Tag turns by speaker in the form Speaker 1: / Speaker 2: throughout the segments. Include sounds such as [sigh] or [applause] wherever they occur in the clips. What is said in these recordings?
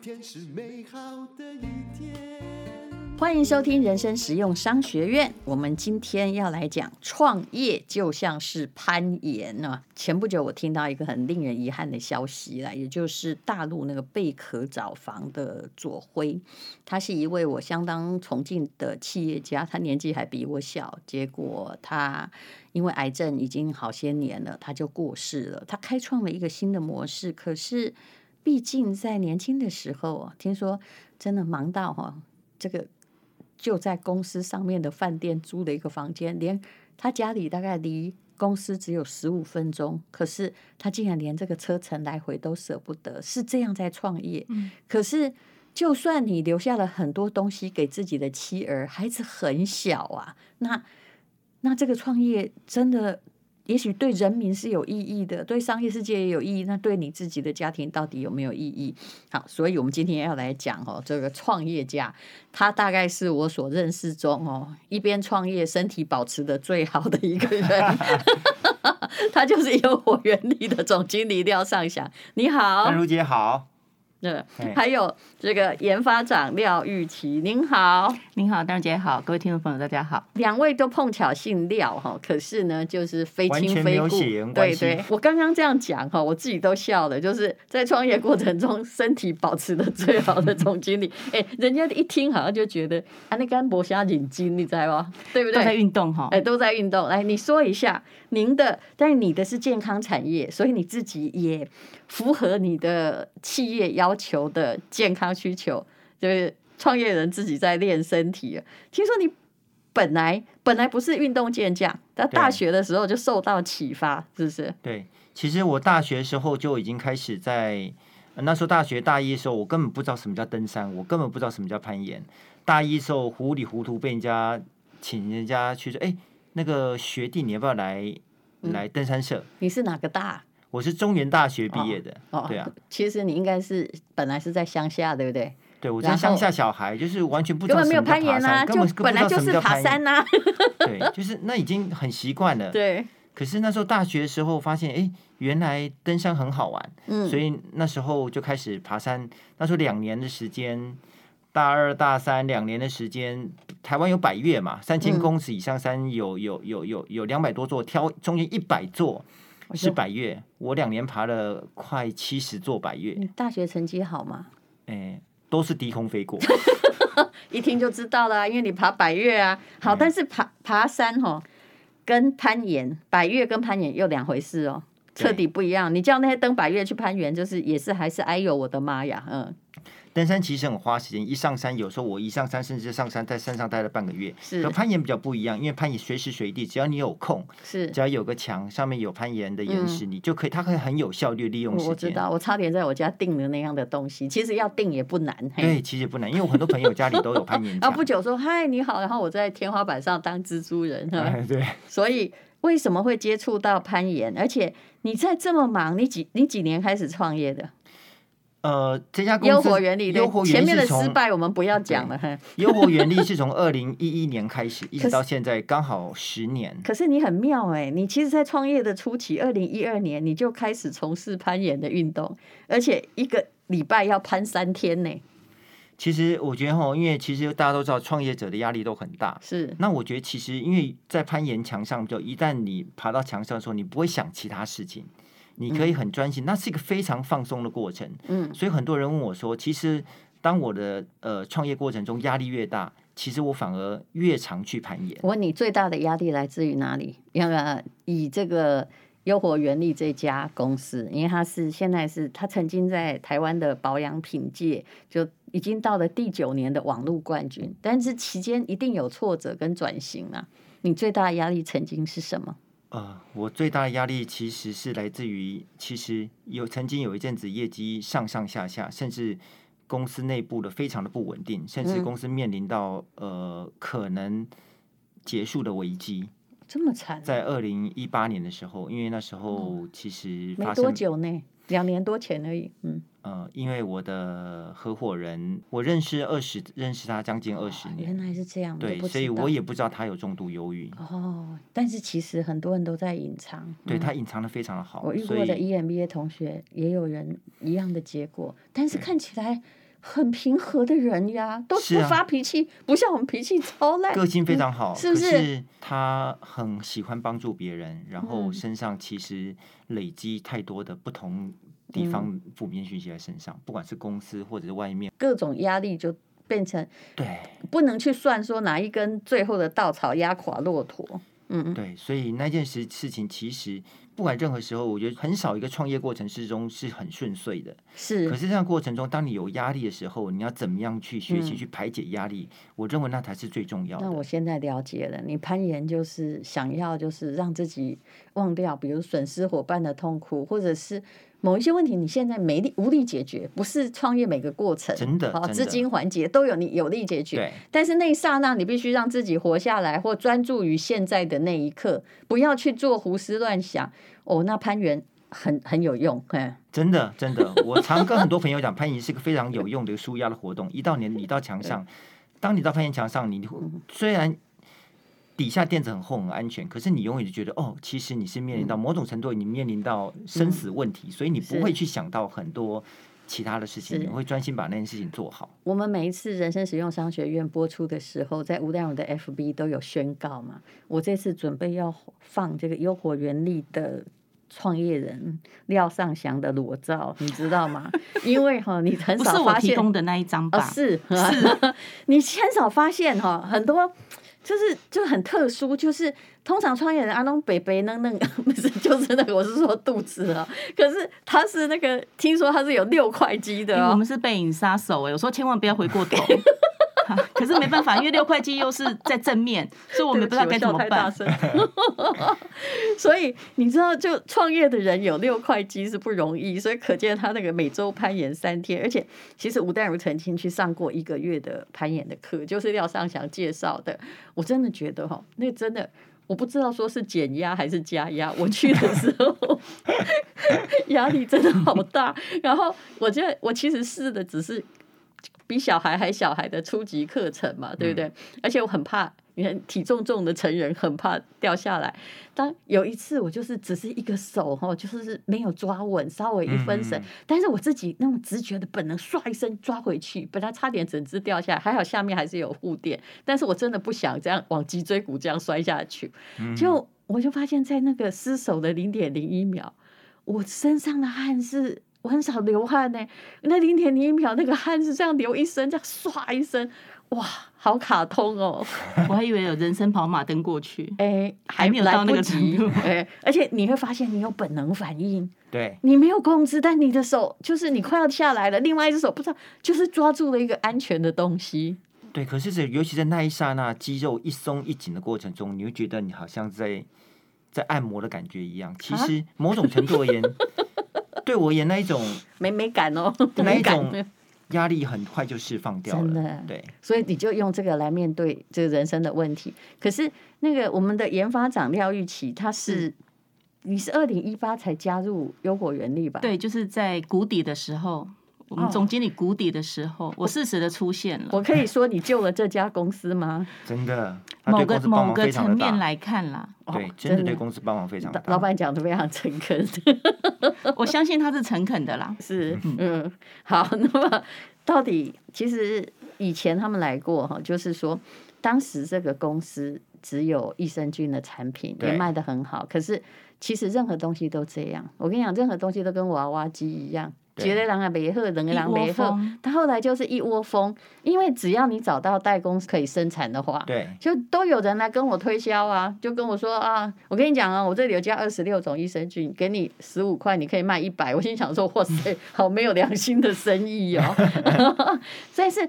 Speaker 1: 天是美好的一天。
Speaker 2: 欢迎收听人生实用商学院。我们今天要来讲创业就像是攀岩呢、前不久我听到一个很令人遗憾的消息啦，也就是大陆那个贝壳找房的左晖，他是一位我相当崇敬的企业家，他年纪还比我小，结果他因为癌症已经好些年了，他就过世了。他开创了一个新的模式，可是毕竟在年轻的时候啊，听说真的忙到哈、这个就在公司上面的饭店租了一个房间，连他家里大概离公司只有十五分钟，可是他竟然连这个车程来回都舍不得，是这样在创业。
Speaker 3: 嗯
Speaker 2: 可是就算你留下了很多东西给自己的妻儿，孩子很小啊，那那这个创业真的。也许对人民是有意义的，对商业世界也有意义。那对你自己的家庭到底有没有意义？好，所以我们今天要来讲哦，这个创业家他大概是我所认识中哦，一边创业身体保持的最好的一个人。 [laughs] 他就是有我原力的总经理廖尚祥，你好
Speaker 1: 丹，如姐好，
Speaker 2: 嗯
Speaker 1: 嘿，
Speaker 2: 还有这个研发长廖玉琪，您好，
Speaker 3: 您好，丹儿姐好，各位听众朋友大家好。
Speaker 2: 两位都碰巧姓廖哈，可是呢，就是非
Speaker 1: 完
Speaker 2: 亲
Speaker 1: 全没
Speaker 2: 非
Speaker 1: 有
Speaker 2: 故
Speaker 1: 血缘。关
Speaker 2: 对
Speaker 1: 系
Speaker 2: 对，我刚刚这样讲哈，我自己都笑了，就是在创业过程中，身体保持的最好的总经理，哎，人家一听好像就觉得啊，那干博瞎眼睛，你知道吗？对不
Speaker 3: 都在
Speaker 2: 对？
Speaker 3: 运动哈
Speaker 2: 哎，，都在运动。来，你说一下您的，但是你的是健康产业，所以你自己也符合你的企业要求的健康需求，就是创业人自己在练身体。听说你本来本来不是运动健将，但
Speaker 1: 啊
Speaker 2: 大学的时候就受到启发，是不是？
Speaker 1: 对，其实我大学时候就已经开始在，呃那时候大学大一的时候，我根本不知道什么叫登山，我根本不知道什么叫攀岩。大一时候糊里糊涂被人家请人家去说，哎，那个学弟你要不要来
Speaker 2: 嗯
Speaker 1: 来登山社？
Speaker 2: 你是哪个大？
Speaker 1: 我是中原大学毕业的，
Speaker 2: 哦，
Speaker 1: 对啊，
Speaker 2: 其实你应该是本来是在乡下，对不对？
Speaker 1: 对我
Speaker 2: 然
Speaker 1: 在
Speaker 2: 后
Speaker 1: 乡下小孩，就是完全不知
Speaker 2: 根
Speaker 1: 道
Speaker 2: 本
Speaker 1: 什
Speaker 2: 没有
Speaker 1: 么叫
Speaker 2: 攀
Speaker 1: 爬
Speaker 2: 岩
Speaker 1: 山，
Speaker 2: 啊，
Speaker 1: 根
Speaker 2: 就
Speaker 1: 本
Speaker 2: 本
Speaker 1: 不知
Speaker 2: 来
Speaker 1: 道
Speaker 2: 就
Speaker 1: 什么
Speaker 2: 是
Speaker 1: 叫
Speaker 2: 爬
Speaker 1: 攀岩
Speaker 2: 山呐、
Speaker 1: 对，就是那已经很习惯
Speaker 2: [laughs]
Speaker 1: 了。
Speaker 2: 对，
Speaker 1: 可是那时候大学的时候发现，哎，原来登山很好玩，
Speaker 2: 嗯，
Speaker 1: 所以那时候就开始爬山。那时候两年的时间，大二大三两年的时间，台湾有百越嘛，三千
Speaker 2: 嗯
Speaker 1: 公尺以上山有有有有有两百多座，挑中间一百座
Speaker 2: 我
Speaker 1: 是
Speaker 2: 说
Speaker 1: 百越。我两年爬了快七十座百越，
Speaker 2: 你大学成绩好吗？嗯
Speaker 1: 哎，都是低空
Speaker 2: [laughs]
Speaker 1: 飞过。
Speaker 2: 一听就知道了啊、因为你爬百越啊。好，
Speaker 1: 嗯
Speaker 2: 但是爬爬山吼、跟攀岩、百越跟攀岩又两回事哦，
Speaker 1: 对
Speaker 2: 彻底不一样。你叫那些登百越去攀岩，就是也是还是哎呦我的妈呀，嗯，
Speaker 1: 登山其实很花时间，一上山有时候我一上山，甚至上山在山上待了半个月。
Speaker 2: 是
Speaker 1: 可攀岩比较不一样，因为攀岩随时随地，只要你有空，
Speaker 2: 是
Speaker 1: 只。要有个墙上面有攀岩的岩石，你就可以，它可以很有效率利用
Speaker 2: 嗯我
Speaker 1: 时
Speaker 2: 我知
Speaker 1: 间。
Speaker 2: 道，我差点在我家订了那样的东西。其实要订也不难，嘿。
Speaker 1: 对，其实不难，因为我很多朋友家里都有攀
Speaker 2: [laughs]
Speaker 1: 岩
Speaker 2: 然
Speaker 1: 墙。
Speaker 2: 啊后不久说：“嗨，你好。”然后我在天花板上当蜘蛛人，呵
Speaker 1: 哎， [laughs] 对，
Speaker 2: 所以为什么会接触到攀岩？而且你在这么忙，你几你几年开始创业的？
Speaker 1: 呃，这家公司
Speaker 2: 优活原理，对
Speaker 1: 优活
Speaker 2: 前
Speaker 1: 原
Speaker 2: 面
Speaker 1: 力
Speaker 2: 的
Speaker 1: 是
Speaker 2: 失
Speaker 1: 从
Speaker 2: 败我们不要讲了。嘿
Speaker 1: 优活原力是从二零一一年开始，一
Speaker 2: [laughs] 可
Speaker 1: 直
Speaker 2: 是
Speaker 1: 到现在刚好十年。
Speaker 2: 可是你很妙哎、你其实，在创业的初期，二零一二年你就开始从事攀岩的运动，而且一个礼拜要攀三天呢、
Speaker 1: 其实我觉得哈，因为其实大家都知道，创业者的压力都很大。
Speaker 2: 是
Speaker 1: 那我觉得其实因为在攀岩墙上，就一旦你爬到墙上的时候，你不会想其他事情，你可以很专心，那是一个非常放松的过程。
Speaker 2: 嗯，
Speaker 1: 所以很多人问我说，其实当我的呃创业过程中压力越大，其实我反而越常去攀岩。
Speaker 2: 我问你最大的压力来自于哪里？要呃，以这个优活原力这家公司，因为它是现在是它曾经在台湾的保养品界就已经到了第九年的网络冠军，但是期间一定有挫折跟转型啊。你最大的压力曾经是什么？
Speaker 1: 呃，我最大的压力其实是来自于，其实有曾经有一阵子业绩上上下下，甚至公司内部的非常的不稳定，甚至
Speaker 2: 嗯
Speaker 1: 公司面临到呃可能结束的危机。
Speaker 2: 这
Speaker 1: 呃
Speaker 2: 么惨啊、
Speaker 1: 在二零一八年的时候，因为那时候其实
Speaker 2: 没
Speaker 1: 发
Speaker 2: 多
Speaker 1: 生
Speaker 2: 久呢，两年多前而已。嗯，
Speaker 1: 呃，因为我的合伙人，我认识二十认识他将近二十
Speaker 2: 哇
Speaker 1: 年
Speaker 2: 原，来是这样，
Speaker 1: 对
Speaker 2: 都，不
Speaker 1: 所以
Speaker 2: 知道
Speaker 1: 我也不知道他有重度忧郁，
Speaker 2: 哦，但是其实很多人都在隐藏。
Speaker 1: 对
Speaker 2: 嗯
Speaker 1: 他隐藏的非常的好
Speaker 2: 我，遇
Speaker 1: 所
Speaker 2: 过的 E
Speaker 1: 以
Speaker 2: EMBA 同学也有人一样的结果，但是看起来很平和的人呀，都
Speaker 1: 嗯是
Speaker 2: 不
Speaker 1: 啊
Speaker 2: 发脾气，不像我们脾气超烂。
Speaker 1: [laughs]
Speaker 2: 嗯
Speaker 1: 个性非常好，
Speaker 2: 是不
Speaker 1: 可
Speaker 2: 是
Speaker 1: 是他很喜欢帮助别人，然后
Speaker 2: 嗯
Speaker 1: 身上其实累积太多的不同
Speaker 2: 嗯
Speaker 1: 地方负面讯息在身上，不管是公司或者是外面。
Speaker 2: 各种压力就变成
Speaker 1: 对
Speaker 2: 不能去算说哪一根最后的稻草压垮骆驼。嗯嗯，
Speaker 1: 对，所以那件事事情其实不管任何时候，我觉得很少一个创业过程之中是很顺遂的。
Speaker 2: 是
Speaker 1: 可是这样过程中，当你有压力的时候，你要怎么样去学习、
Speaker 2: 嗯
Speaker 1: 去排解压力？我认为那才是最重要
Speaker 2: 那我
Speaker 1: 的。
Speaker 2: 现在了解了，你攀岩就是想要就是让自己忘掉，比如损失伙伴的痛苦，或者是某一些问题你现在没力无力解决，不是创业每个过程，
Speaker 1: 真的
Speaker 2: 好
Speaker 1: 真的
Speaker 2: 资金环节都有你有力解决，
Speaker 1: 对，
Speaker 2: 但是那一刹那你必须让自己活下来，或专注于现在的那一刻，不要去做胡思乱想。哦，那攀岩很很有用，嘿，
Speaker 1: 真的，真的，我常跟很多朋友讲，攀岩是个非常有用的一个舒压的活动。一到你，你到墙上，当你到攀岩墙上，你会虽然底下垫子很厚很安全，可是你永远就觉得哦，其实你是面临到某种程度，你面临到生死问题，所以你
Speaker 2: 嗯是
Speaker 1: 不会去想到很多其他的事情，
Speaker 2: 是
Speaker 1: 你会专心把那件事情做好。
Speaker 2: 我们每一次人生实用商学院播出的时候，在吴淡如的 FB 都有宣告嘛。我这次准备要放这个优活原力的创业人廖尚祥的裸照，你知道吗？因为哈，你很
Speaker 3: 不是
Speaker 2: 少
Speaker 3: 我
Speaker 2: 发
Speaker 3: 提
Speaker 2: 现
Speaker 3: 供的那一张
Speaker 2: 啊、
Speaker 3: 吧？
Speaker 2: 是 [laughs] 你很少发现哈，很多。就是就很特殊，就是通常创业人阿东北北嫩嫩， [laughs] 不是就是那个我是说肚子啊，可是他是那个听说他是有六块肌的
Speaker 3: 因为
Speaker 2: 哦
Speaker 3: 哎我，们是背影杀手哎、有时候千万不要回过
Speaker 2: [laughs]
Speaker 3: 头。啊可是没办法，因为六块肌又是在正
Speaker 2: [laughs]
Speaker 3: 面，所以我们不知道该怎么办。
Speaker 2: 对不起我笑太大声 [laughs] 所以你知道，就创业的人有六块肌是不容易，所以可见他那个每周攀岩三天，而且其实吴淡如曾经去上过一个月的攀岩的课，就是廖尚祥介绍的。我真的觉得哈，那真的。我不知道说是减压还是加压，我去的时候压力真的好大。 [laughs] 然后我觉得我其实试的只是比小孩还小孩的初级课程嘛，对不对？而且我很怕，你看体重重的成人很怕掉下来。当有一次我就是只是一个手哈，就是没有抓稳，稍微一分神，
Speaker 1: 嗯嗯
Speaker 2: 但是我自己那种直觉的本能，唰一声抓回去，本来差点整只掉下来，还好下面还是有护垫，但是我真的不想这样往脊椎骨这样摔下去，
Speaker 1: 嗯
Speaker 2: 就我就发现，在那个失手的零点零一秒，我身上的汗是。我很少流汗呢、那零点零一秒，那个汗是这样流一身，这样唰一声，哇，好卡通哦！
Speaker 3: [laughs] 我还以为有人生跑马灯过去，
Speaker 2: 哎、
Speaker 3: 还没有
Speaker 2: 来
Speaker 3: 到那
Speaker 2: 不
Speaker 3: 个程
Speaker 2: 及
Speaker 3: 度
Speaker 2: [laughs] 哎、而且你会发现你有本能反应，
Speaker 1: 对，
Speaker 2: 你没有控制，但你的手就是你快要下来了，另外一只手不知道就是抓住了一个安全的东西。
Speaker 1: 对，可是是尤其在那一刹那，肌肉一松一紧的过程中，你会觉得你好像在在按摩的感觉一样。其
Speaker 2: 啊
Speaker 1: 实某种程度
Speaker 2: [laughs]
Speaker 1: 而言，对我而言那一种
Speaker 2: 没没感哦，
Speaker 1: 那
Speaker 2: [laughs] 没
Speaker 1: 一
Speaker 2: 感
Speaker 1: 种压力很快就释放掉
Speaker 2: 真
Speaker 1: 了
Speaker 2: 的。
Speaker 1: 对，
Speaker 2: 所以你就用这个来面对这个人生的问题。可是那个我们的研发长廖玉琪，他是、你是二零一八才加入优果原力吧？，
Speaker 3: 对，就是在谷底的时候，我们
Speaker 2: 哦
Speaker 3: 总经理谷底的时候，我适时的出现了。
Speaker 2: 我可以说你救了这家公司吗？
Speaker 1: 真的，他
Speaker 3: 某
Speaker 1: 对
Speaker 3: 个
Speaker 1: 公司帮
Speaker 3: 某
Speaker 1: 忙
Speaker 3: 个
Speaker 1: 非常
Speaker 3: 层
Speaker 1: 的
Speaker 3: 面
Speaker 1: 大。
Speaker 3: 来
Speaker 2: [laughs]
Speaker 3: 看啦，
Speaker 1: 对
Speaker 2: 哦，
Speaker 1: 真的对公司帮忙非常
Speaker 2: 老
Speaker 1: 大。
Speaker 2: 老板讲的非常诚恳，
Speaker 3: 我相信他是诚恳的
Speaker 2: [laughs]
Speaker 3: 啦。
Speaker 2: 是嗯，好， [laughs] 那么到底其实以前他们来过哈，就是说当时这个公司只有益生菌的产品也
Speaker 1: 对
Speaker 2: 卖得很好，可是其实任何东西都这样。我跟你讲，任何东西都跟娃娃机一样，
Speaker 1: 对
Speaker 2: 觉得人也没喝，人也
Speaker 3: 一窝
Speaker 2: 没喝。
Speaker 3: 蜂，
Speaker 2: 他后来就是一窝蜂，因为只要你找到代工可以生产的话，
Speaker 1: 对，
Speaker 2: 就都有人来跟我推销啊，就跟我说啊，我跟你讲啊，我这里有加二十六种益生菌，给你十五块，你可以卖一百。我心想说，哇塞，好没有良心的生意哦。 [laughs] 但是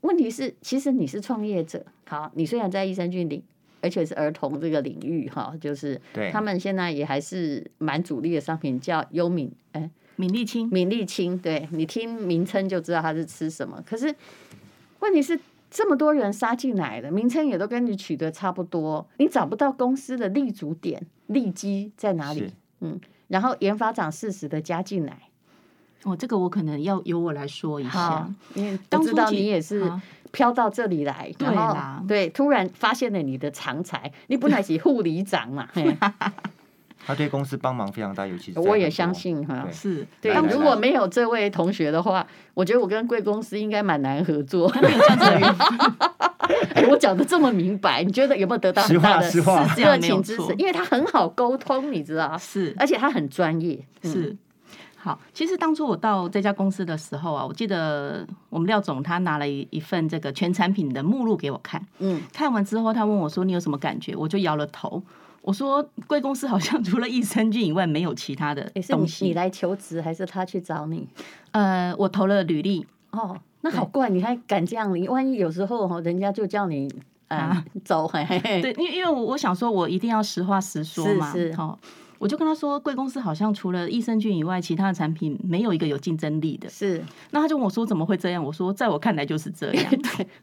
Speaker 2: 问题是，其实你是创业者，好，你虽然在益生菌领，而且是儿童这个领域哈，就是
Speaker 1: 对
Speaker 2: 他们现在也还是蛮主力的商品，叫优敏，哎，
Speaker 3: 敏丽清，
Speaker 2: 敏丽清，对你听名称就知道它是吃什么。可是问题是，这么多人杀进来了，名称也都跟你取得差不多，你找不到公司的立足点、利基在哪
Speaker 1: 是
Speaker 2: 里。然后研发长适时的加进来，
Speaker 3: 哦，这个我可能要由我来说一下
Speaker 2: 好。，因为
Speaker 3: 当
Speaker 2: 我
Speaker 3: 初
Speaker 2: 知道
Speaker 3: 其
Speaker 2: 你也是
Speaker 3: 好
Speaker 2: 飘到这里来，
Speaker 3: 对
Speaker 2: 然
Speaker 3: 啦
Speaker 2: 后对，突然发现了你的长才，你本来是护理长嘛，嘿
Speaker 1: 他对公司帮忙非常大，尤其是在
Speaker 2: 我也
Speaker 1: 韩
Speaker 2: 相
Speaker 1: 国
Speaker 2: 信哈
Speaker 1: 对。
Speaker 3: 是，
Speaker 2: 对
Speaker 1: 来，来
Speaker 2: 如
Speaker 1: 来
Speaker 2: 果没有这位同学的话，我觉得我跟贵公司应该蛮难合
Speaker 1: [laughs]
Speaker 2: 作。
Speaker 3: 他没有这样子的缘分，
Speaker 2: 哎，我讲的这么明白，你觉得有没有得到
Speaker 1: 实
Speaker 2: 很大
Speaker 1: 话
Speaker 2: 的
Speaker 1: 实话
Speaker 3: 是，这
Speaker 2: 热
Speaker 3: 样没有
Speaker 2: 情支
Speaker 3: 错
Speaker 2: 持？，因为他很好沟通，你知道，
Speaker 3: 是
Speaker 2: 而且他很专业。嗯，
Speaker 3: 是。好，其实当初我到这家公司的时候啊，我记得我们廖总他拿了一一份这个全产品的目录给我看，
Speaker 2: 嗯，
Speaker 3: 看完之后他问我说：“你有什么感觉？”我就摇了头，我说：“贵公司好像 [laughs] 除了益生菌以外，没有其他的
Speaker 2: 也是
Speaker 3: 东
Speaker 2: 你
Speaker 3: 西。
Speaker 2: 你来求职，还是他去找你？
Speaker 3: 呃，我投了履历，
Speaker 2: 哦，那好
Speaker 3: 对
Speaker 2: 怪，你还敢这样？你万一有时候哦，人家就叫你啊
Speaker 3: 啊
Speaker 2: 走，嘿嘿嘿
Speaker 3: 对，因为因为我我想说，我一定要实话实说嘛，
Speaker 2: 是是
Speaker 3: 哦，我就跟他说，贵公司好像除了益生菌以外，其他的产品没有一个有竞争力的。
Speaker 2: 是
Speaker 3: 那他就问我说，怎么会这样？我说，在我看来就是这
Speaker 2: [laughs]
Speaker 3: 样。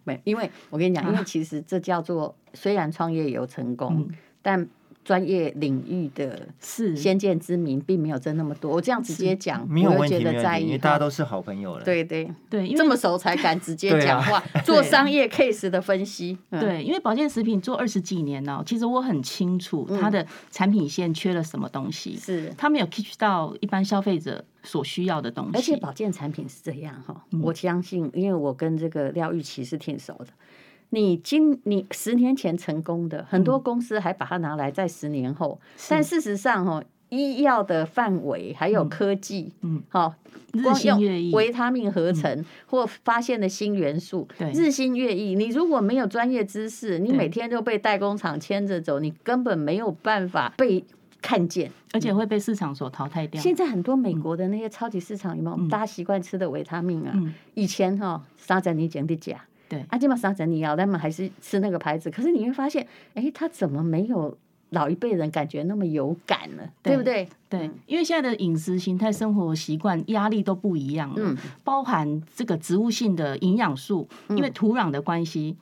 Speaker 2: 没，因为我跟你讲，因
Speaker 1: 啊
Speaker 2: 为其实这叫做虽然创业有成功，
Speaker 1: 嗯
Speaker 2: 但专业领域的
Speaker 3: 是，
Speaker 2: 先见之明并没有真那么多。我这样直接讲，
Speaker 1: 没有
Speaker 2: 不会
Speaker 1: 问
Speaker 2: 觉
Speaker 1: 题，没
Speaker 2: 得
Speaker 1: 有问
Speaker 2: 在
Speaker 1: 题，
Speaker 2: 意，
Speaker 1: 因为大家都是好朋友了。，
Speaker 2: 对对，
Speaker 3: 对，因为
Speaker 2: 这么熟才敢直接
Speaker 1: 对啊
Speaker 2: 讲话，
Speaker 1: [laughs]
Speaker 2: 做商业 case 的分析。嗯，
Speaker 3: 对，因为保健食品做二十几年了、其实我很清楚它的产品线缺了什么东西，
Speaker 2: 嗯是。
Speaker 3: 它没有 catch 到一般消费者所需要的东西。嗯
Speaker 2: 而且保健产品是这样哈，我相信，因为我跟这个廖玉琪是挺熟的。你今你十年前成功的，很
Speaker 3: 嗯
Speaker 2: 多公司还把它拿来在十年后，但事实上哈、哦，医药的范围还有科技，
Speaker 3: 嗯，
Speaker 2: 好、
Speaker 3: 日
Speaker 2: 光
Speaker 3: 新月
Speaker 2: 用
Speaker 3: 异，嗯
Speaker 2: 维他命合成、或发现的新元素
Speaker 3: 对，
Speaker 2: 日新月异。你如果没有专业知识，你
Speaker 3: 对
Speaker 2: 每天就被代工厂牵着走，你根本没有办法被看见。
Speaker 3: 而且会被市场所淘汰掉。
Speaker 2: 嗯现在很多美国的那些超级市场有没有？
Speaker 3: 嗯
Speaker 2: 大家习惯吃的维他命啊，
Speaker 3: 嗯
Speaker 2: 以前哈、三整你讲的假，
Speaker 3: 对
Speaker 2: 啊，基本上三整你要，他们还是吃那个牌子。可是你会发现，哎，他怎么没有老一辈人感觉那么有感呢？对
Speaker 3: 对
Speaker 2: 不对？
Speaker 3: 对
Speaker 2: 嗯，
Speaker 3: 因为现在的饮食形态、生活习惯、压力都不一样了，
Speaker 2: 嗯
Speaker 3: 包含这个植物性的营养素，因
Speaker 2: 嗯
Speaker 3: 为土壤的关系，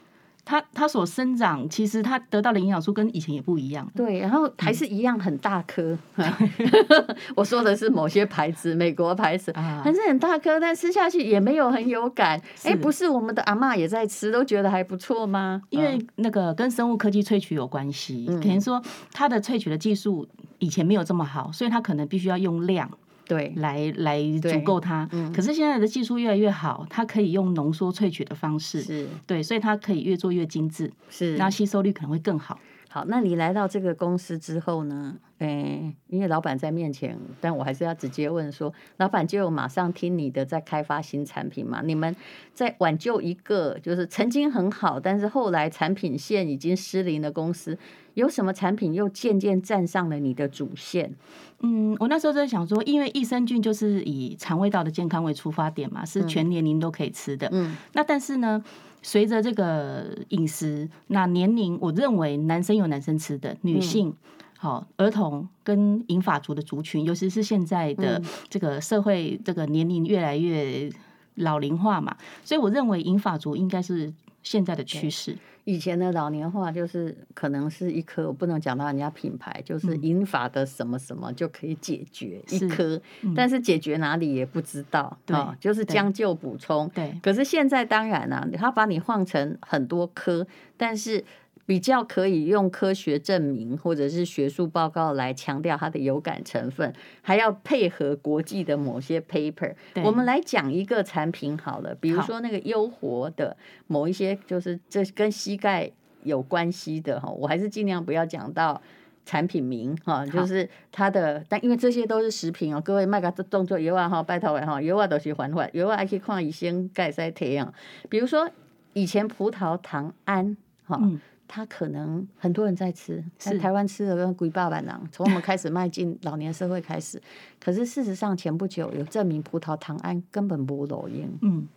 Speaker 3: 它它所生长，其实它得到的营养素跟以前也不一样。
Speaker 2: 对，然后
Speaker 3: 嗯
Speaker 2: 还是一样很大
Speaker 3: [laughs]
Speaker 2: 颗。我说的是某些牌子，美国牌子。
Speaker 3: 啊
Speaker 2: 还是很大颗，但吃下去也没有很有感。哎，
Speaker 3: 是
Speaker 2: 不是我们的阿嬷也在吃，都觉得还不错吗？嗯
Speaker 3: 因为那个跟生物科技萃取有关系，可能说它的萃取的技术以前没有这么好，所以它可能必须要用量
Speaker 2: 对
Speaker 3: 来来
Speaker 2: 对嗯
Speaker 3: 足够它。可是现在的技术越来越好，它可以用浓缩萃取的方式，
Speaker 2: 是
Speaker 3: 对，所以它可以越做越精致，
Speaker 2: 是
Speaker 3: 那吸收率可能会更好。
Speaker 2: 好，那你来到这个公司之后呢？诶，因为老板在面前，但我还是要直接问说，老板就有马上听你的在开发新产品嘛？你们在挽救一个就是曾经很好，但是后来产品线已经失灵的公司，有什么产品又渐渐站上了你的主线？
Speaker 3: 嗯，我那时候在想说，因为益生菌就是以肠胃道的健康为出发点嘛，是全年龄都可以吃的。
Speaker 2: 嗯，
Speaker 3: 那但是呢，随着这个饮食，那年龄，我认为男生有男生吃的，女
Speaker 2: 嗯
Speaker 3: 性。好，儿童跟银发族的族群，尤其是现在的
Speaker 2: 嗯
Speaker 3: 这个社会，这个年龄越来越老龄化嘛，所以我认为银发族应该是现在的趋势。
Speaker 2: 以前的老年化就是可能是一颗，我不能讲到人家品牌，就是银发的什么什么就可以解决一
Speaker 3: 嗯是嗯
Speaker 2: 颗，但是解决哪里也不知道，
Speaker 3: 对
Speaker 2: 啊就是
Speaker 3: 对
Speaker 2: 将就补充。
Speaker 3: 对，
Speaker 2: 可是现在当然啦、他把你换成很多科，但是比较可以用科学证明或者是学术报告来强调它的有感成分，还要配合国际的某些 paper。
Speaker 3: 对
Speaker 2: 我们来讲一个产品好了，比如
Speaker 3: 好
Speaker 2: 说那个优活的某一些，就是这跟膝盖有关系的哈，我还是尽量不要讲到。产品名哈，就是它的，但因为这些都是食品哦，各位卖个动作油啊哈，拜托了哈，油啊都是缓缓，油啊还可以看医生钙塞贴啊。比如说以前葡萄糖胺哈，
Speaker 3: 嗯
Speaker 2: 它可能很多人在吃，但
Speaker 3: 是
Speaker 2: 台湾吃的跟鬼爸爸囊，从我们开始迈进老年社会开始，可是事实上前不久有证明葡萄糖胺根本不漏烟。
Speaker 3: 嗯，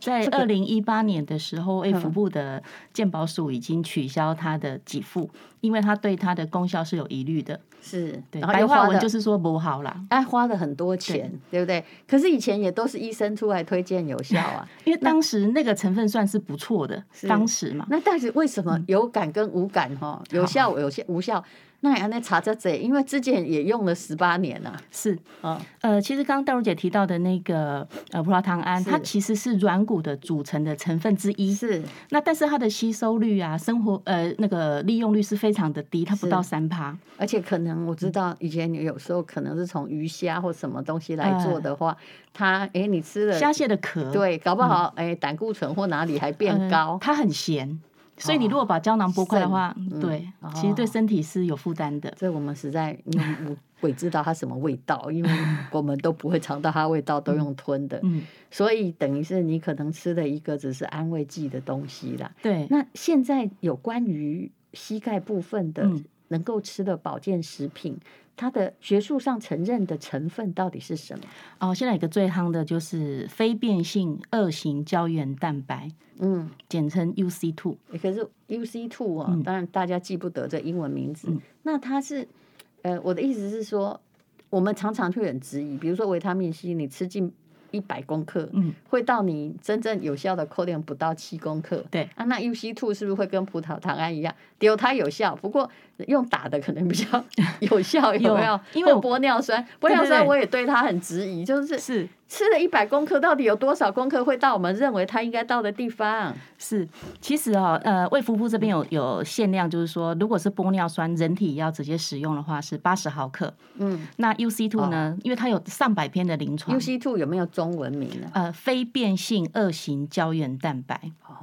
Speaker 3: 在
Speaker 2: 这个
Speaker 3: 二零一八年的时候，卫福
Speaker 2: 嗯
Speaker 3: 部的健保署已经取消它的给付，因为它对它的功效是有疑虑的。
Speaker 2: 是，
Speaker 3: 对，
Speaker 2: 然后
Speaker 3: 白
Speaker 2: 又花
Speaker 3: 话
Speaker 2: 了
Speaker 3: 文就是说不好啦，
Speaker 2: 哎，花了很多钱，对不对？可是以前也都是医生出来推荐有效啊，
Speaker 3: 因为当时那个成分算是不错的
Speaker 2: 是，
Speaker 3: 当时嘛，嗯
Speaker 2: 那但是为什么有感跟无感哈、有效有些无效？那也那查这这，因为之前也用了十八年呐、
Speaker 3: 是，
Speaker 2: 啊，
Speaker 3: 呃，其实刚刚戴茹姐提到的那个呃葡萄糖胺，它
Speaker 2: 是
Speaker 3: 其实是软骨的组成的成分之一。
Speaker 2: 是
Speaker 3: 那但是它的吸收率啊，生活呃那个利用率是非常的低，它不
Speaker 2: 是
Speaker 3: 到三趴。
Speaker 2: 而且可能我知
Speaker 3: 嗯
Speaker 2: 道，以前有时候可能是从鱼虾或什么东西来做的话，它哎、你吃了
Speaker 3: 虾蟹嗯的壳
Speaker 2: 对，搞不好哎、胆固醇或哪里还变
Speaker 3: 呃
Speaker 2: 高，
Speaker 3: 它很咸，所以你如果把胶囊剥开的话，对，
Speaker 2: 哦
Speaker 3: 其实对身体是有负担的。
Speaker 2: 这我们实在因为我鬼知道它什么味道，因为我们都不会尝到它味道，都用吞的，
Speaker 3: 嗯，
Speaker 2: 所以等于是你可能吃了一个只是安慰剂的东西啦。
Speaker 3: 对。
Speaker 2: 那现在有关于膝盖部分的
Speaker 3: 嗯
Speaker 2: 能够吃的保健食品，它的学术上承认的成分到底是什么？
Speaker 3: 哦，现在有一个最夯的就是非变性二型胶原蛋白，
Speaker 2: 嗯，
Speaker 3: 简称 UC two。
Speaker 2: 可是 UC two 哦，
Speaker 3: 嗯
Speaker 2: 当然大家记不得这英文名字。
Speaker 3: 嗯
Speaker 2: 那它是，呃，我的意思是说，我们常常会很质疑，比如说维他命 C，你吃进一百公克，
Speaker 3: 嗯，
Speaker 2: 会到你真正有效的扣量不到七公克。
Speaker 3: 对
Speaker 2: 啊，那 UC two 是不是会跟葡萄糖胺一样，丢它有效？不过用打的可能比
Speaker 3: [laughs]
Speaker 2: 较有效，有没有？
Speaker 3: 有因为
Speaker 2: 或
Speaker 3: 我
Speaker 2: 玻尿酸，玻
Speaker 3: 对
Speaker 2: 尿
Speaker 3: 对
Speaker 2: 酸
Speaker 3: 对
Speaker 2: 我也对它很质疑，就是
Speaker 3: 是
Speaker 2: 吃了一百公克，到底有多少公克会到我们认为它应该到的地方？
Speaker 3: 是，其实啊、哦，呃，卫福部这边有有限量，就是说，如果是玻尿酸人体要直接使用的话是八十毫克，
Speaker 2: 嗯
Speaker 3: 那 UC two
Speaker 2: 哦
Speaker 3: 呢，因为它有上百篇的临床
Speaker 2: ，UC two 有没有中文名呢？
Speaker 3: 呃，非变性二型胶原蛋白，
Speaker 2: 哦，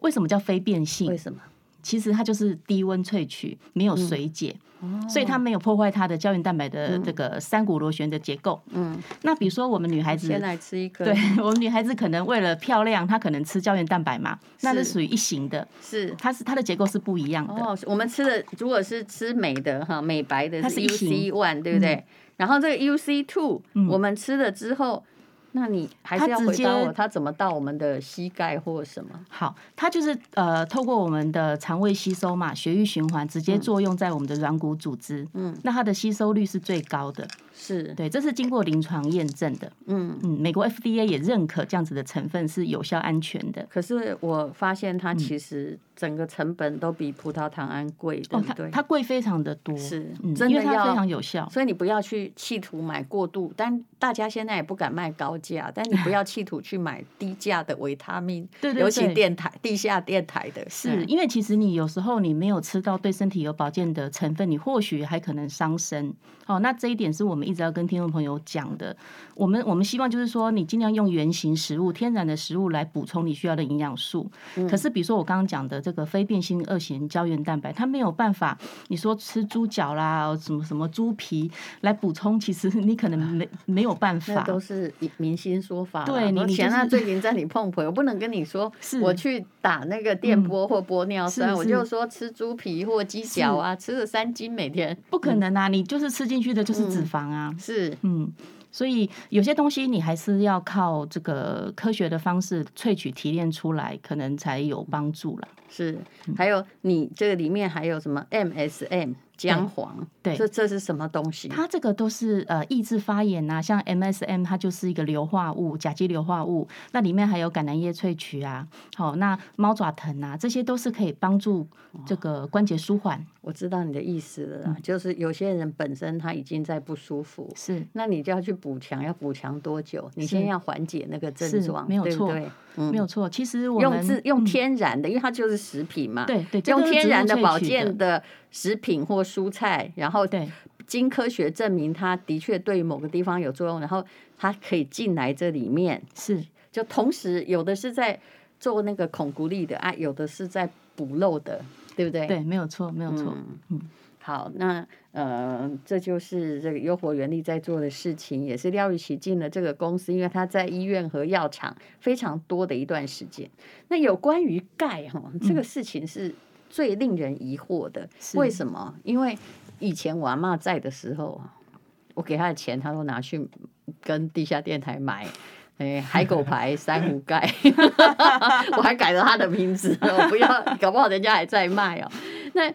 Speaker 3: 为什么叫非变
Speaker 2: 为
Speaker 3: 性？
Speaker 2: 什么？
Speaker 3: 其实它就是低温萃取，没有水
Speaker 2: 嗯
Speaker 3: 解，
Speaker 2: 哦
Speaker 3: 所以它没有破坏它的胶原蛋白的这个三股螺旋的结构。
Speaker 2: 嗯，
Speaker 3: 那比如说我们女孩子
Speaker 2: 先，来吃一颗，
Speaker 3: 嗯对 [laughs] 我们女孩子可能为了漂亮，她可能吃胶原蛋白嘛，那
Speaker 2: 是
Speaker 3: 是属于一型的，
Speaker 2: 是。
Speaker 3: 它是它的结构是不一样的。
Speaker 2: 哦，我们吃的如果是吃美的哈，美白的
Speaker 3: 它
Speaker 2: 是
Speaker 3: 是一
Speaker 2: UC
Speaker 3: 型
Speaker 2: one，对不对？然后这个 UC two，、
Speaker 3: 嗯
Speaker 2: 我们吃了之后，那你还是
Speaker 3: 它
Speaker 2: 要
Speaker 3: 直
Speaker 2: 回答
Speaker 3: 接
Speaker 2: 我，它怎么到我们的膝盖或什么？
Speaker 3: 好，它就是呃，透过我们的肠胃吸收嘛，血液循环直接作用在我们的软骨组织，
Speaker 2: 嗯，
Speaker 3: 那它的吸收率是最高的，
Speaker 2: 是，
Speaker 3: 对，这是经过临床验证的，
Speaker 2: 嗯。
Speaker 3: 嗯，美国 FDA 也认可这样子的成分是有效安全的。
Speaker 2: 可是我发现
Speaker 3: 嗯
Speaker 2: 它其实整个成本都比葡萄糖胺贵，对
Speaker 3: 哦，
Speaker 2: 不
Speaker 3: 它
Speaker 2: 对？
Speaker 3: 它贵非常的多，
Speaker 2: 是
Speaker 3: 嗯，
Speaker 2: 真
Speaker 3: 因
Speaker 2: 的
Speaker 3: 为它非
Speaker 2: 要
Speaker 3: 常有效，
Speaker 2: 所以你不要去企图买过度，但大家现在也不敢卖高价， [laughs] 但你不要企图去买低价的维他 [laughs] 命，
Speaker 3: 对对
Speaker 2: 尤其
Speaker 3: 对
Speaker 2: 电台地下电台的
Speaker 3: 是
Speaker 2: 嗯
Speaker 3: 因为其实你有时候你没有吃到对身体有保健的成分，你或许还可能伤身。哦，那这一点是我们一直要跟听众朋友讲的。我们我们希望就是说，你尽量用原型食物、天然的食物来补充你需要的营养素。
Speaker 2: 嗯
Speaker 3: 可是比如说我刚刚讲的这个非变性二型胶原蛋白，它没有办法，你说吃猪脚啦，什么什么猪皮来补充，其实你可能没没有办
Speaker 2: 那
Speaker 3: 法。
Speaker 2: 都是明星说法啦。
Speaker 3: 对你
Speaker 2: 我
Speaker 3: 你就
Speaker 2: 前 [laughs]
Speaker 3: 是
Speaker 2: 啊最近在你碰碰，我不能跟你说
Speaker 3: 是
Speaker 2: 我去打那个电波或玻尿酸，
Speaker 3: 是
Speaker 2: 我
Speaker 3: 是
Speaker 2: 就说吃猪皮或鸡脚啊，吃了三斤每天
Speaker 3: 不可能啊！你就是吃进去的就是脂
Speaker 2: 嗯
Speaker 3: 肪啊。
Speaker 2: 是
Speaker 3: 嗯，所以有些东西你还是要靠这个科学的方式萃取提炼出来，可能才有帮助啦。
Speaker 2: 是。还有你这个里面还有什么 MSM 姜黄？
Speaker 3: 对
Speaker 2: 这这是什么东西？
Speaker 3: 它这个都是呃抑制发炎啊，像 MSM 它就是一个硫化物，甲基硫化物，那里面还有橄榄叶萃取啊，好、那猫爪藤啊，这些都是可以帮助这个关节舒缓。
Speaker 2: 我知道你的意思了
Speaker 3: 嗯
Speaker 2: 啦，就是有些人本身他已经在不舒服。
Speaker 3: 是
Speaker 2: 那你就要去补强，要补强多久？你
Speaker 3: 是
Speaker 2: 先要缓解那个症
Speaker 3: 是
Speaker 2: 状，
Speaker 3: 没有
Speaker 2: 对不
Speaker 3: 错
Speaker 2: 对？嗯
Speaker 3: 没有错，其实我
Speaker 2: 用
Speaker 3: 们
Speaker 2: 自用
Speaker 3: 嗯
Speaker 2: 天然的，因为它就是食品嘛，
Speaker 3: 对对，这
Speaker 2: 用
Speaker 3: 都是
Speaker 2: 天
Speaker 3: 植物
Speaker 2: 然的
Speaker 3: 萃
Speaker 2: 保
Speaker 3: 取
Speaker 2: 健
Speaker 3: 的，
Speaker 2: 的食品或蔬菜，然后
Speaker 3: 对
Speaker 2: 经科学证明它的确对于某个地方有作用，然后它可以进来这里面，
Speaker 3: 是
Speaker 2: 就同时有的是在做那个孔骨力的啊，有的是在补漏的，对不对？
Speaker 3: 对，没有错，没有错。
Speaker 2: 嗯，好，那呃，这就是这个优活原力在做的事情，也是廖玉琪进了这个公司，因为他在医院和药厂非常多的一段时间。那有关于钙哈、这个事情是最令人疑惑的，
Speaker 3: 是
Speaker 2: 为什么？因为以前我阿妈在的时候啊，我给她的钱，她都拿去跟地下电台买。哎，海狗牌、珊瑚 [laughs] 盖， [laughs] 我还改了他的名 [laughs] 字，我哦不要，搞不好人家还在卖哦。嗯那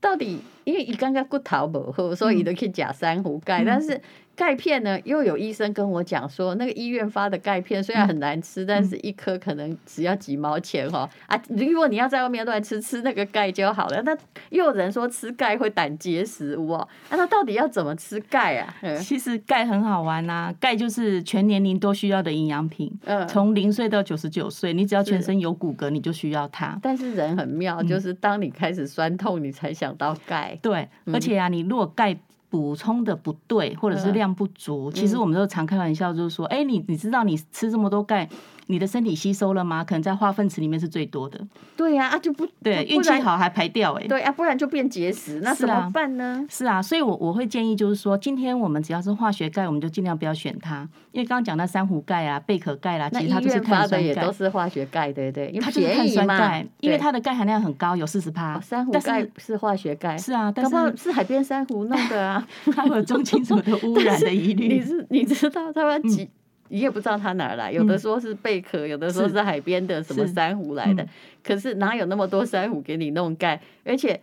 Speaker 2: 到底，因为伊刚刚骨头无好，所以伊就去假珊瑚盖，但是钙片呢，又有医生跟我讲说，那个医院发的钙片虽然很难吃，但是一颗可能只要几毛钱哦。啊，如果你要在外面乱吃，吃那个钙就好了。那又有人说吃钙会胆结石哦，那、那到底要怎么吃钙啊？嗯
Speaker 3: 其实钙很好玩呐、钙就是全年龄都需要的营养品，
Speaker 2: 嗯，
Speaker 3: 从零岁到九十九岁，你只要
Speaker 2: 是
Speaker 3: 全身有骨骼，你就需要它。
Speaker 2: 但是人很妙，
Speaker 3: 嗯
Speaker 2: 就是当你开始酸痛，你才想到钙。
Speaker 3: 对，
Speaker 2: 嗯
Speaker 3: 而且啊，你如果钙补充的不对，或者是
Speaker 2: 嗯
Speaker 3: 量不足，其实我们都常开玩笑，就是说，哎、你你知道你吃这么多钙，你的身体吸收了吗？可能在化粪池里面是最多的，
Speaker 2: 对呀、啊，就不
Speaker 3: 对，
Speaker 2: 不
Speaker 3: 运
Speaker 2: 不
Speaker 3: 气
Speaker 2: 然
Speaker 3: 好还排掉、哎。
Speaker 2: 对啊，不然就变结石，那
Speaker 3: 是
Speaker 2: 怎
Speaker 3: 啊
Speaker 2: 么办呢？
Speaker 3: 是啊，所以我我会建议就是说，今天我们只要是化学钙，我们就尽量不要选它，因为刚刚讲到珊瑚钙啊、贝壳钙啦、
Speaker 2: 那
Speaker 3: 其
Speaker 2: 医
Speaker 3: 实它就是
Speaker 2: 院发
Speaker 3: 碳
Speaker 2: 的
Speaker 3: 酸
Speaker 2: 也
Speaker 3: 钙
Speaker 2: 都，是化学钙，对不对？因为
Speaker 3: 它就是碳
Speaker 2: 便宜
Speaker 3: 酸
Speaker 2: 嘛，
Speaker 3: 钙，因为
Speaker 2: 对
Speaker 3: 它的钙含量很高，有四十
Speaker 2: 哦
Speaker 3: 帕。
Speaker 2: 珊瑚
Speaker 3: 但是
Speaker 2: 钙是化学钙，
Speaker 3: 是啊，但
Speaker 2: 搞不好
Speaker 3: 是
Speaker 2: 是海边珊瑚弄的啊。
Speaker 3: 它会有重金属的污染的疑
Speaker 2: [laughs] 你
Speaker 3: [laughs] 虑。
Speaker 2: 是你知道他们
Speaker 3: 嗯
Speaker 2: 几？你也不知道它哪儿来，有的说是贝壳，有的说
Speaker 3: 是
Speaker 2: 是海边的什么
Speaker 3: 是
Speaker 2: 珊瑚来的
Speaker 3: 嗯。
Speaker 2: 可是哪有那么多珊瑚给你弄钙？而且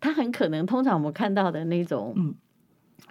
Speaker 2: 它很可能，通常我们看到的那种，
Speaker 3: 嗯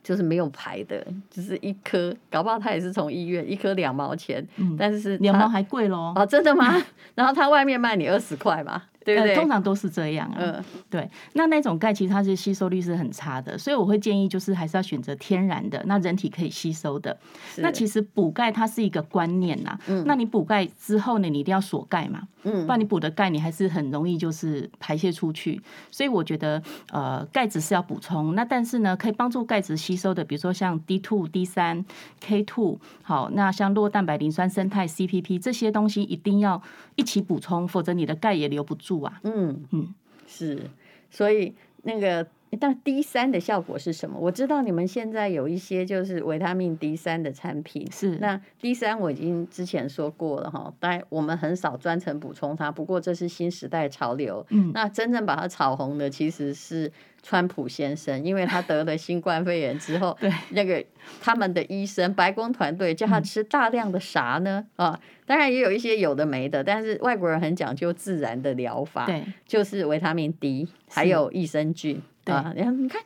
Speaker 2: 就是没有牌的，就是一颗，搞不好它也是从医院一颗两毛钱，
Speaker 3: 嗯，
Speaker 2: 但是
Speaker 3: 两
Speaker 2: 它
Speaker 3: 毛还贵喽。
Speaker 2: 哦，真的吗？ [laughs] 然后它外面卖你二十块嘛，对不
Speaker 3: 呃
Speaker 2: 对？
Speaker 3: 通常都是这样啊。
Speaker 2: 嗯，
Speaker 3: 对，那那种钙其实它是吸收率是很差的，所以我会建议就是还是要选择天然的，那人体可以吸收的。
Speaker 2: 是
Speaker 3: 那其实补钙它是一个观念呐、
Speaker 2: 嗯
Speaker 3: 那你补钙之后呢，你一定要锁钙嘛，
Speaker 2: 嗯
Speaker 3: 不然你补的钙你还是很容易就是排泄出去。所以我觉得呃，钙质是要补充，那但是呢，可以帮助钙质吸收的，比如说像 D two、D 三、K two，好，那像酪蛋白磷酸生态 CPP 这些东西一定要一起补充，否则你的钙也留不住啊。
Speaker 2: 嗯
Speaker 3: 嗯，
Speaker 2: 是，所以那个那 D 三的效果是什么？我知道你们现在有一些就是维他命 D 三的产品。
Speaker 3: 是，
Speaker 2: 那 D 三我已经之前说过了哈，当然我们很少专程补充它，不过这是新时代潮流。
Speaker 3: 嗯，，
Speaker 2: 那真正把它炒红的其实是川普先生，因为他得了新冠肺炎之后
Speaker 3: 对嗯
Speaker 2: 那个他们的医生白宫团队叫他吃大量的啥呢？啊，当然也有一些有的没的，但是外国人很讲究自然的疗法。
Speaker 3: 对，
Speaker 2: 就是维他命 D，还
Speaker 3: 是
Speaker 2: 有益生菌
Speaker 3: 对
Speaker 2: 啊。然后你看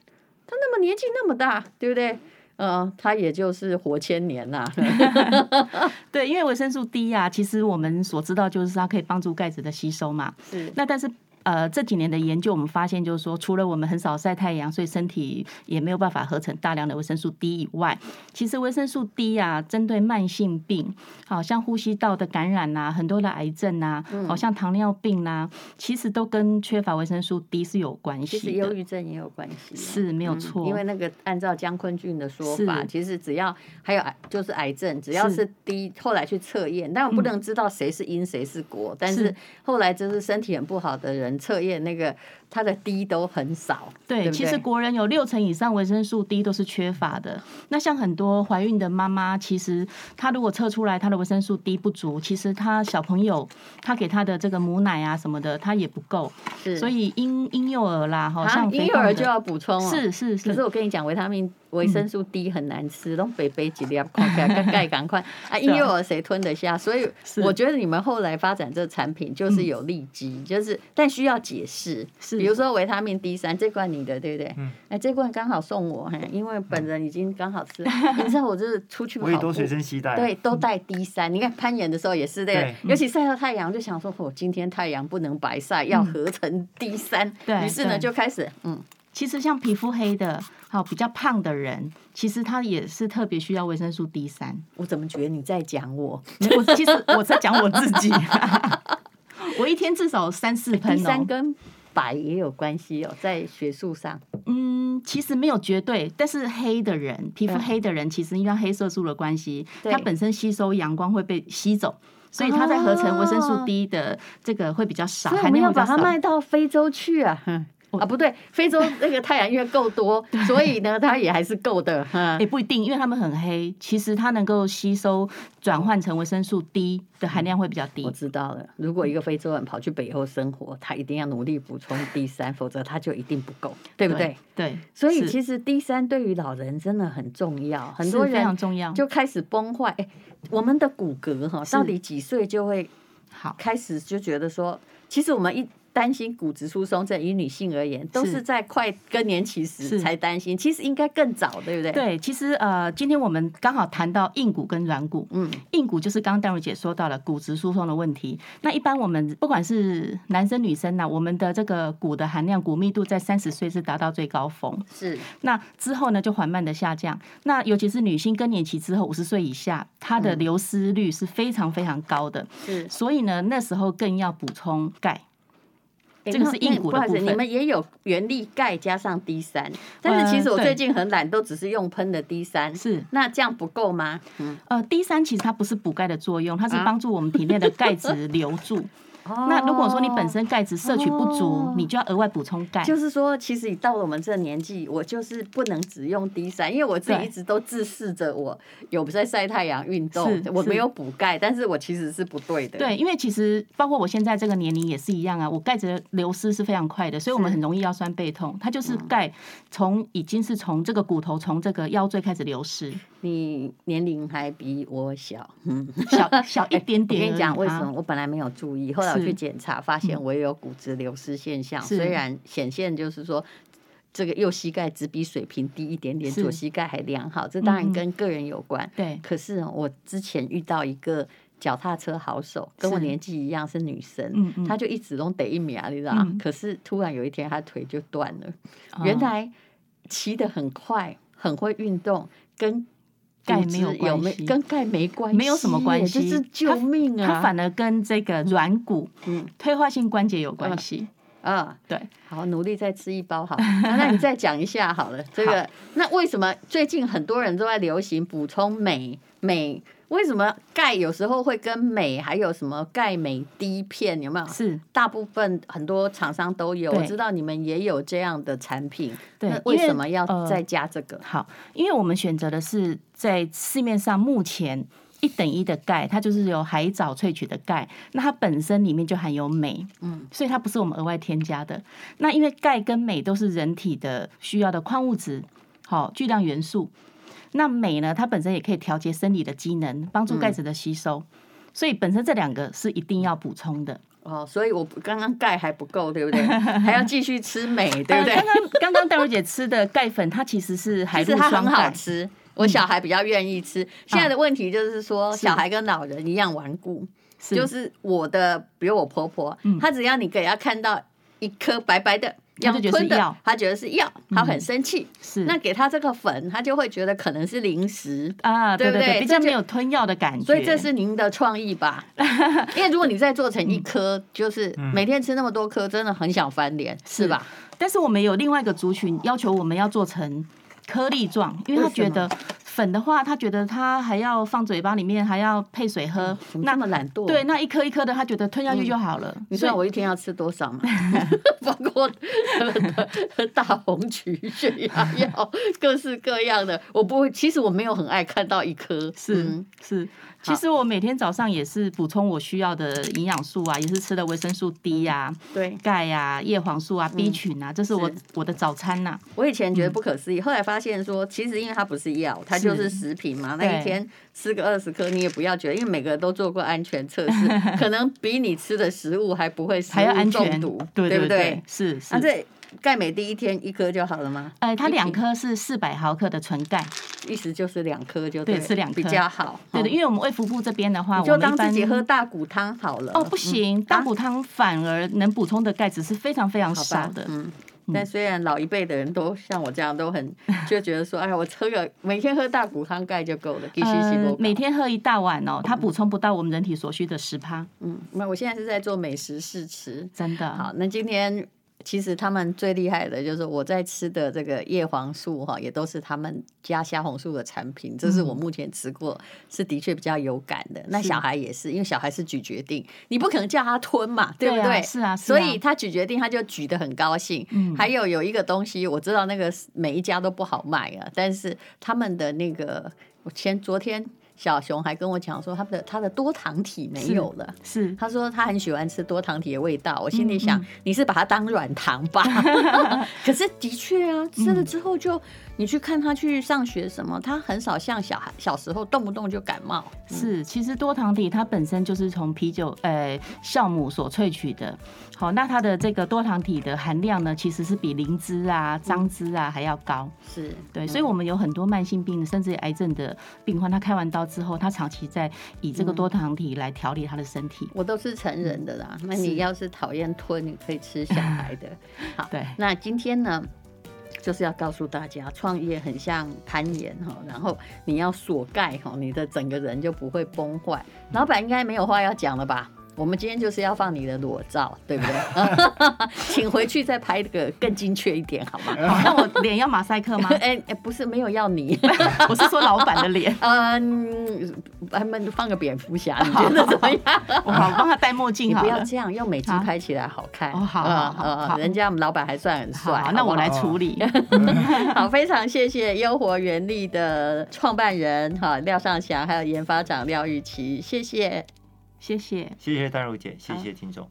Speaker 2: 他那么年纪那么大，对不对？呃，他也就是活千年
Speaker 3: [laughs]
Speaker 2: 呐、
Speaker 3: 对，因为维生素 D 啊，其实我们所知道就是它可以帮助钙质的吸收嘛。
Speaker 2: 是
Speaker 3: 那但是呃，这几年的研究我们发现，就是说，除了我们很少晒太阳，所以身体也没有办法合成大量的维生素 D 以外，其实维生素 D 啊，针对慢性病，好、像呼吸道的感染呐、很多的癌症呐、好、像糖尿病呐、其实都跟缺乏维生素 D 是有关
Speaker 2: 其实
Speaker 3: 系
Speaker 2: 忧
Speaker 3: 的。
Speaker 2: 郁症也有关系啊、
Speaker 3: 是没有
Speaker 2: 嗯
Speaker 3: 错
Speaker 2: 因为那个按照姜昆俊的说法，
Speaker 3: 是
Speaker 2: 其实只要还有癌，就是癌症，只要
Speaker 3: 是嗯
Speaker 2: 是低，后来去测验，但我不能知道谁是因谁是果，但是
Speaker 3: 是
Speaker 2: 后来就是身体很不好的人测验那个他的低都很少，
Speaker 3: 对，
Speaker 2: 对不
Speaker 3: 其实
Speaker 2: 对
Speaker 3: 国人有六成以上维生素 D 都是缺乏的。那像很多怀孕的妈妈，其实她如果测出来她的维生素 D 不足，其实她小朋友她给她的这个母奶啊什么的，她也不够。
Speaker 2: 是
Speaker 3: 所以婴婴幼儿啦，好
Speaker 2: 啊婴
Speaker 3: 像肥
Speaker 2: 幼
Speaker 3: 胖
Speaker 2: 儿
Speaker 3: 的
Speaker 2: 就要补充、哦，
Speaker 3: 是是
Speaker 2: 可是
Speaker 1: 嗯
Speaker 3: 是，
Speaker 2: 我跟你讲，维他命、维生素 D 很难吃，拢北北几粒，看
Speaker 1: [laughs]
Speaker 2: 起来跟钙赶快啊！婴幼儿谁吞得下？所以
Speaker 3: 是
Speaker 2: 我觉得你们后来发展这产品就是
Speaker 1: 嗯
Speaker 2: 有利基，就是但需要解释。
Speaker 3: 是
Speaker 2: 比如说维他命 D 三这罐你的对不对？
Speaker 1: 嗯
Speaker 2: 哎，这罐刚好送我，嘿，因为本人已经刚好吃了。 [laughs] 你知道我就是出去跑
Speaker 1: 嗯我也都
Speaker 2: 步。
Speaker 1: 随身携带。嗯
Speaker 2: 对，，都带 D 三。你看攀岩的时候也是的
Speaker 1: 对，嗯
Speaker 2: 尤其晒到太阳，就想说，我、今天太阳不能白晒，要
Speaker 1: 嗯
Speaker 2: 合成 D 三。
Speaker 3: 对
Speaker 2: 于是呢，
Speaker 3: 对
Speaker 2: 就开始，嗯，
Speaker 3: 其实像皮肤黑的，好比较胖的人，其实他也是特别需要维生素 D 三。
Speaker 2: 我怎么觉得你在讲 [laughs] 我？
Speaker 3: 我其实我在讲我自己， [laughs] 我一天至少三四
Speaker 2: 第
Speaker 3: 喷哦
Speaker 2: 哎三。跟白也有关系哦，在学术上，
Speaker 3: 嗯，其实没有绝对，但是黑的人，皮肤
Speaker 2: 对
Speaker 3: 黑的人，其实因为它黑色素的关系，
Speaker 2: 对
Speaker 3: 它本身吸收阳光会被吸走，所以它在合成维生素 D 的这个会比较少，
Speaker 2: 哦所以我
Speaker 3: 含
Speaker 2: 们要
Speaker 3: 量比较
Speaker 2: 把它
Speaker 3: 少。
Speaker 2: 卖到非洲去 [laughs] 啊！哼啊，不对，非洲那个太阳因为够 [laughs] 多，所以呢，它也还是够的。哈
Speaker 3: 也，不一定，因为它们很黑，其实它能够吸收转换成维生素 D 的含量会比较低
Speaker 2: 嗯我。知道了。如果一个非洲人跑去北欧生活，他一定要努力补充 D [laughs] 三，否则他就一定不够，对不对？
Speaker 3: 对，
Speaker 2: 所以
Speaker 3: 是
Speaker 2: 其实 D 三对于老人真的很重要，很
Speaker 3: 是
Speaker 2: 多
Speaker 3: 非常
Speaker 2: 人
Speaker 3: 重要。
Speaker 2: 就开始崩坏。哎，我们的骨骼哈，
Speaker 3: 是
Speaker 2: 到底几岁就会
Speaker 3: 好，
Speaker 2: 开始就觉得说，其实我们一担心骨质疏松症，以女性而言，都
Speaker 3: 是
Speaker 2: 是在快更年期时
Speaker 3: 是
Speaker 2: 才担心，其实应该更早，对不对？，
Speaker 3: 对，其实呃，今天我们刚好谈到硬骨跟软骨，
Speaker 2: 嗯，
Speaker 3: 硬骨就是刚刚戴茹姐说到了骨质疏松的问题。那一般我们不管是男生女生呐、我们的这个骨的含量、骨密度在三十岁是达到最高峰，
Speaker 2: 是
Speaker 3: 那之后呢就缓慢的下降。那尤其是女性更年期之后五十岁以下，它
Speaker 2: 嗯
Speaker 3: 的流失率是非常非常高的，
Speaker 2: 是，
Speaker 3: 所以呢那时候更要补充钙。这个
Speaker 2: 那
Speaker 3: 是硬
Speaker 2: 那
Speaker 3: 骨
Speaker 2: 不
Speaker 3: 的
Speaker 2: 好意思
Speaker 3: 部分
Speaker 2: 你们也有原力钙加上 D 三，但是其实我
Speaker 3: 对
Speaker 2: 最近很懒，都只是用喷的 D 三，
Speaker 3: 是
Speaker 2: 那这样不够吗？嗯，
Speaker 3: 呃，D 三其实它不是补钙的作用，它是
Speaker 2: 啊
Speaker 3: 帮助我们体内的钙质留住。
Speaker 2: [laughs]
Speaker 3: 那如果说你本身钙质摄取不足，
Speaker 2: 哦
Speaker 3: 你就要额外补充钙。
Speaker 2: 就是说，其实你到了我们这年纪，我就是不能只用 D 三，因为我自己
Speaker 3: 对
Speaker 2: 一直都自视着我有在晒太阳、运动
Speaker 3: 是，
Speaker 2: 我
Speaker 3: 是
Speaker 2: 没有补钙，但是我其实是不对的。，
Speaker 3: 对，因为其实包括我现在这个年龄也是一样啊，我钙质的流失是非常快的，所以我们
Speaker 2: 是嗯
Speaker 3: 很容易腰酸背痛。它就是钙从已经是从这个骨头从这个腰椎开始流失，
Speaker 2: 你年龄还比我小，嗯，
Speaker 3: 小小一
Speaker 2: [laughs]
Speaker 3: 点
Speaker 2: 我
Speaker 3: 点而已啊。
Speaker 2: 跟你讲为什么？我本来没有注意，后来我
Speaker 3: 是嗯
Speaker 2: 去检查，发现我也有骨质流失现象。
Speaker 3: 是
Speaker 2: 虽然显现就是说，这个右膝盖只比水平低一点点，
Speaker 3: 是
Speaker 2: 左膝盖还良好，这当
Speaker 3: 嗯
Speaker 2: 然
Speaker 3: 嗯
Speaker 2: 跟个人有关。
Speaker 3: 对，
Speaker 2: 可是哦我之前遇到一个脚踏车好手，跟我
Speaker 3: 是
Speaker 2: 年纪一样是女生，
Speaker 3: 嗯嗯，
Speaker 2: 她就一直都得一米啊，你知道吗
Speaker 3: 嗯？
Speaker 2: 可是突然有一天，她腿就断了。
Speaker 3: 哦
Speaker 2: 原来骑得很快，很会运动，跟
Speaker 3: 钙
Speaker 2: 骨
Speaker 3: 没有
Speaker 2: 质
Speaker 3: 关
Speaker 2: 没
Speaker 3: 系
Speaker 2: 跟钙没关系耶，
Speaker 3: 哦没有什么关系
Speaker 2: 这是救命啊！
Speaker 3: 它反而跟这个软骨
Speaker 2: 嗯
Speaker 3: 退化性关节有关
Speaker 2: 嗯
Speaker 3: 系。
Speaker 2: 啊，
Speaker 3: 对，
Speaker 2: 好，努力再吃一包好。那那你再讲一下
Speaker 3: [laughs]
Speaker 2: 好了，这个那为什么最近很多人都在流行补充镁镁？为什么钙有时候会跟镁还有什么钙镁低片有没有？
Speaker 3: 是
Speaker 2: 大部分很多厂商都有，
Speaker 3: 对
Speaker 2: 我知道你们也有这样的产品。
Speaker 3: 对
Speaker 2: 那，
Speaker 3: 因
Speaker 2: 为什么要
Speaker 3: 呃
Speaker 2: 再加这个？
Speaker 3: 好，因为我们选择的是在市面上目前一等一的钙，它就是由海藻萃取的钙，那它本身里面就含有镁，
Speaker 2: 嗯，
Speaker 3: 所以它不是我们额外添加的。那因为钙跟镁都是人体的需要的矿物质，好、巨量元素。那镁呢，它本身也可以调节生理的机能，帮
Speaker 2: 嗯
Speaker 3: 助钙质的吸收。所以本身这两个是一定要补充的，
Speaker 2: 哦，所以我不刚刚钙还不够，对不
Speaker 3: [laughs]
Speaker 2: 对？还要继续吃镁，对不对
Speaker 3: 呃？刚刚刚刚戴茹姐吃的钙粉，它其实是
Speaker 2: [laughs]
Speaker 3: 海
Speaker 2: 其实
Speaker 3: 陆
Speaker 2: 它
Speaker 3: 双
Speaker 2: 很好
Speaker 3: 钙，嗯
Speaker 2: 吃，我小孩比较愿意吃。现在的问题就是说，小孩跟老人一样顽固，
Speaker 3: 是
Speaker 2: 就是我的，比如我婆婆，她只要你给她看到一颗白白的。
Speaker 3: 嗯她就觉得是
Speaker 2: 吞的
Speaker 3: 药，嗯
Speaker 2: 她觉得是药，她很生气。
Speaker 3: 是
Speaker 2: 那给她这个粉，她就会觉得可能是零食，
Speaker 3: 啊，对
Speaker 2: 对不
Speaker 3: 对，
Speaker 2: 对
Speaker 3: 比
Speaker 2: 这
Speaker 3: 较
Speaker 2: 就
Speaker 3: 没有吞药的感觉，
Speaker 2: 所以这是您的创意
Speaker 3: [laughs]
Speaker 2: 吧？因为如果你再做
Speaker 3: 嗯
Speaker 2: 成一颗，就是每天吃那么多颗，真的很想翻脸，是吧？
Speaker 3: 但是我们有另外一个族群要求我们要做成颗粒状，因为他
Speaker 2: 为什么
Speaker 3: 觉得粉的话，他觉得他还要放嘴巴里面，还要配水喝。
Speaker 2: 呃怎嗯么
Speaker 3: 那
Speaker 2: 这么懒惰？
Speaker 3: 对，那一颗一颗的，他觉得吞下去就好了。
Speaker 2: 你知
Speaker 3: 所以
Speaker 2: 道我一嗯天要吃多
Speaker 3: [laughs]
Speaker 2: 少吗？包括 [laughs] 大红曲、血压 [laughs] 药、各式各样的，我不会。其实我没有很爱看到一颗，
Speaker 3: 是、
Speaker 2: 嗯
Speaker 3: 是，其实我每天早上也是补充我需要的营养素啊，也是吃的维生素 D 呀、
Speaker 2: 对。
Speaker 3: 钙呀、叶黄素啊、B 群啊，这是我
Speaker 2: 嗯是
Speaker 3: 我的早餐呐、
Speaker 2: 我以前觉得不可思议，后来发现说，其实因为它不是药，它就是食品嘛。
Speaker 3: 对
Speaker 2: 那一天吃个二十颗，你也不要觉得，因为每个人都做过安全测
Speaker 3: [laughs]
Speaker 2: 试，可能比你吃的食物还不会食
Speaker 3: 还要
Speaker 2: 物
Speaker 3: 安
Speaker 2: 中
Speaker 3: 全，
Speaker 2: 毒，
Speaker 3: 对
Speaker 2: 不
Speaker 3: 对
Speaker 2: 对？
Speaker 3: 是是。
Speaker 2: 啊，这钙镁第一天一颗就好了吗？
Speaker 3: 呃，它
Speaker 2: 一
Speaker 3: 两
Speaker 2: 瓶
Speaker 3: 颗是四百毫克的纯钙，
Speaker 2: 意思就是两颗就
Speaker 3: 对
Speaker 2: 了
Speaker 3: 吃两颗
Speaker 2: 比较好。
Speaker 3: 对的，
Speaker 2: 哦
Speaker 3: 因为我们卫福部这边的话，
Speaker 2: 你就
Speaker 3: 我们
Speaker 2: 当
Speaker 3: 一般
Speaker 2: 自己喝嗯大骨汤好了。
Speaker 3: 哦，不行，大骨汤反而能补充的钙质是非常非常
Speaker 2: 好
Speaker 3: 少
Speaker 2: 吧，
Speaker 3: 的。
Speaker 2: 嗯。但虽然老一辈的人都像我这样，都很就觉得说，哎呀，我喝个每天喝大骨汤钙就够了，其实是不
Speaker 3: 呃
Speaker 2: 够，
Speaker 3: 每天喝一大碗哦，它补充不到我们人体所需的十趴，
Speaker 2: 嗯，那我现在是在做美食试吃。
Speaker 3: 真的。
Speaker 2: 好，那今天其实他们最厉害的就是我在吃的这个叶黄素哈，也都是他们家虾红素的产品，这是我目前吃过是的确比较有感的。那
Speaker 3: 嗯是
Speaker 2: 小孩也是，因为小孩是咀嚼定，你不可能叫他吞嘛，对不
Speaker 3: 啊
Speaker 2: 对？
Speaker 3: 是啊，是
Speaker 2: 所
Speaker 3: 啊
Speaker 2: 以他咀嚼定，他就咀得很高兴。
Speaker 3: 嗯
Speaker 2: 还有有一个东西，我知道那个每一家都不好卖啊，但是他们的那个，我前昨天小熊还跟我讲说，他的他的多糖体没有了。
Speaker 3: 是
Speaker 2: 他说他很喜欢吃多糖体的味道，我心里想，
Speaker 3: 嗯嗯
Speaker 2: 你是把它当软糖
Speaker 3: [laughs]
Speaker 2: 吧？可是的确啊，
Speaker 3: 嗯
Speaker 2: 吃了之后就，你去看他去上学什么，他很少像小孩小时候动不动就感冒。
Speaker 3: 是，其实多糖体它本身就是从啤酒呃酵母所萃取的。好，那它的这个多糖体的含量呢，其实是比灵芝
Speaker 2: 嗯
Speaker 3: 啊、樟芝啊还要高。
Speaker 2: 是
Speaker 3: 对，所以我们有很多慢性病，甚至癌症的病患，他开完刀之后，他长期在以这个
Speaker 2: 嗯
Speaker 3: 多糖体来调理他的身体。
Speaker 2: 我都是成人的啦，那
Speaker 3: 是
Speaker 2: 你要是讨厌吞，你可以吃小孩的。好， [laughs]
Speaker 3: 对，
Speaker 2: 那今天呢，就是要告诉大家，创业很像攀岩哈，然后你要锁盖哈，你的整个人就不会崩坏。
Speaker 3: 嗯
Speaker 2: 老板应该没有话要讲了吧？我们今天就是要放你的裸
Speaker 3: [laughs]
Speaker 2: 照，对不对？请回去再拍个更精确一点好吗？
Speaker 3: 好，那我脸要马赛克吗
Speaker 2: 哎？ [laughs] 哎、不是，没有要
Speaker 3: [laughs]
Speaker 2: 你，
Speaker 3: 我是说老板的脸，
Speaker 2: 嗯，咱们放个蝙蝠侠，你觉得怎么样？
Speaker 3: 我好帮他戴墨
Speaker 2: 你
Speaker 3: 镜好
Speaker 2: 不要
Speaker 3: 了。
Speaker 2: 这样，用美肌
Speaker 3: 好
Speaker 2: 拍起来好看。
Speaker 3: 哦好
Speaker 2: 呃
Speaker 3: 好好
Speaker 2: 呃
Speaker 3: 好
Speaker 2: 人家我们老板还算很帅。
Speaker 3: 好，
Speaker 2: 好
Speaker 3: 那
Speaker 2: 不
Speaker 3: 我
Speaker 2: 好
Speaker 3: 来
Speaker 1: 好
Speaker 2: [laughs]
Speaker 3: 处理。
Speaker 2: 好，非常谢谢优活原力的创办人哈廖尚祥，还有研发长廖玉琪，谢谢。
Speaker 3: 谢谢。
Speaker 1: 谢谢淡如姐，谢谢听众。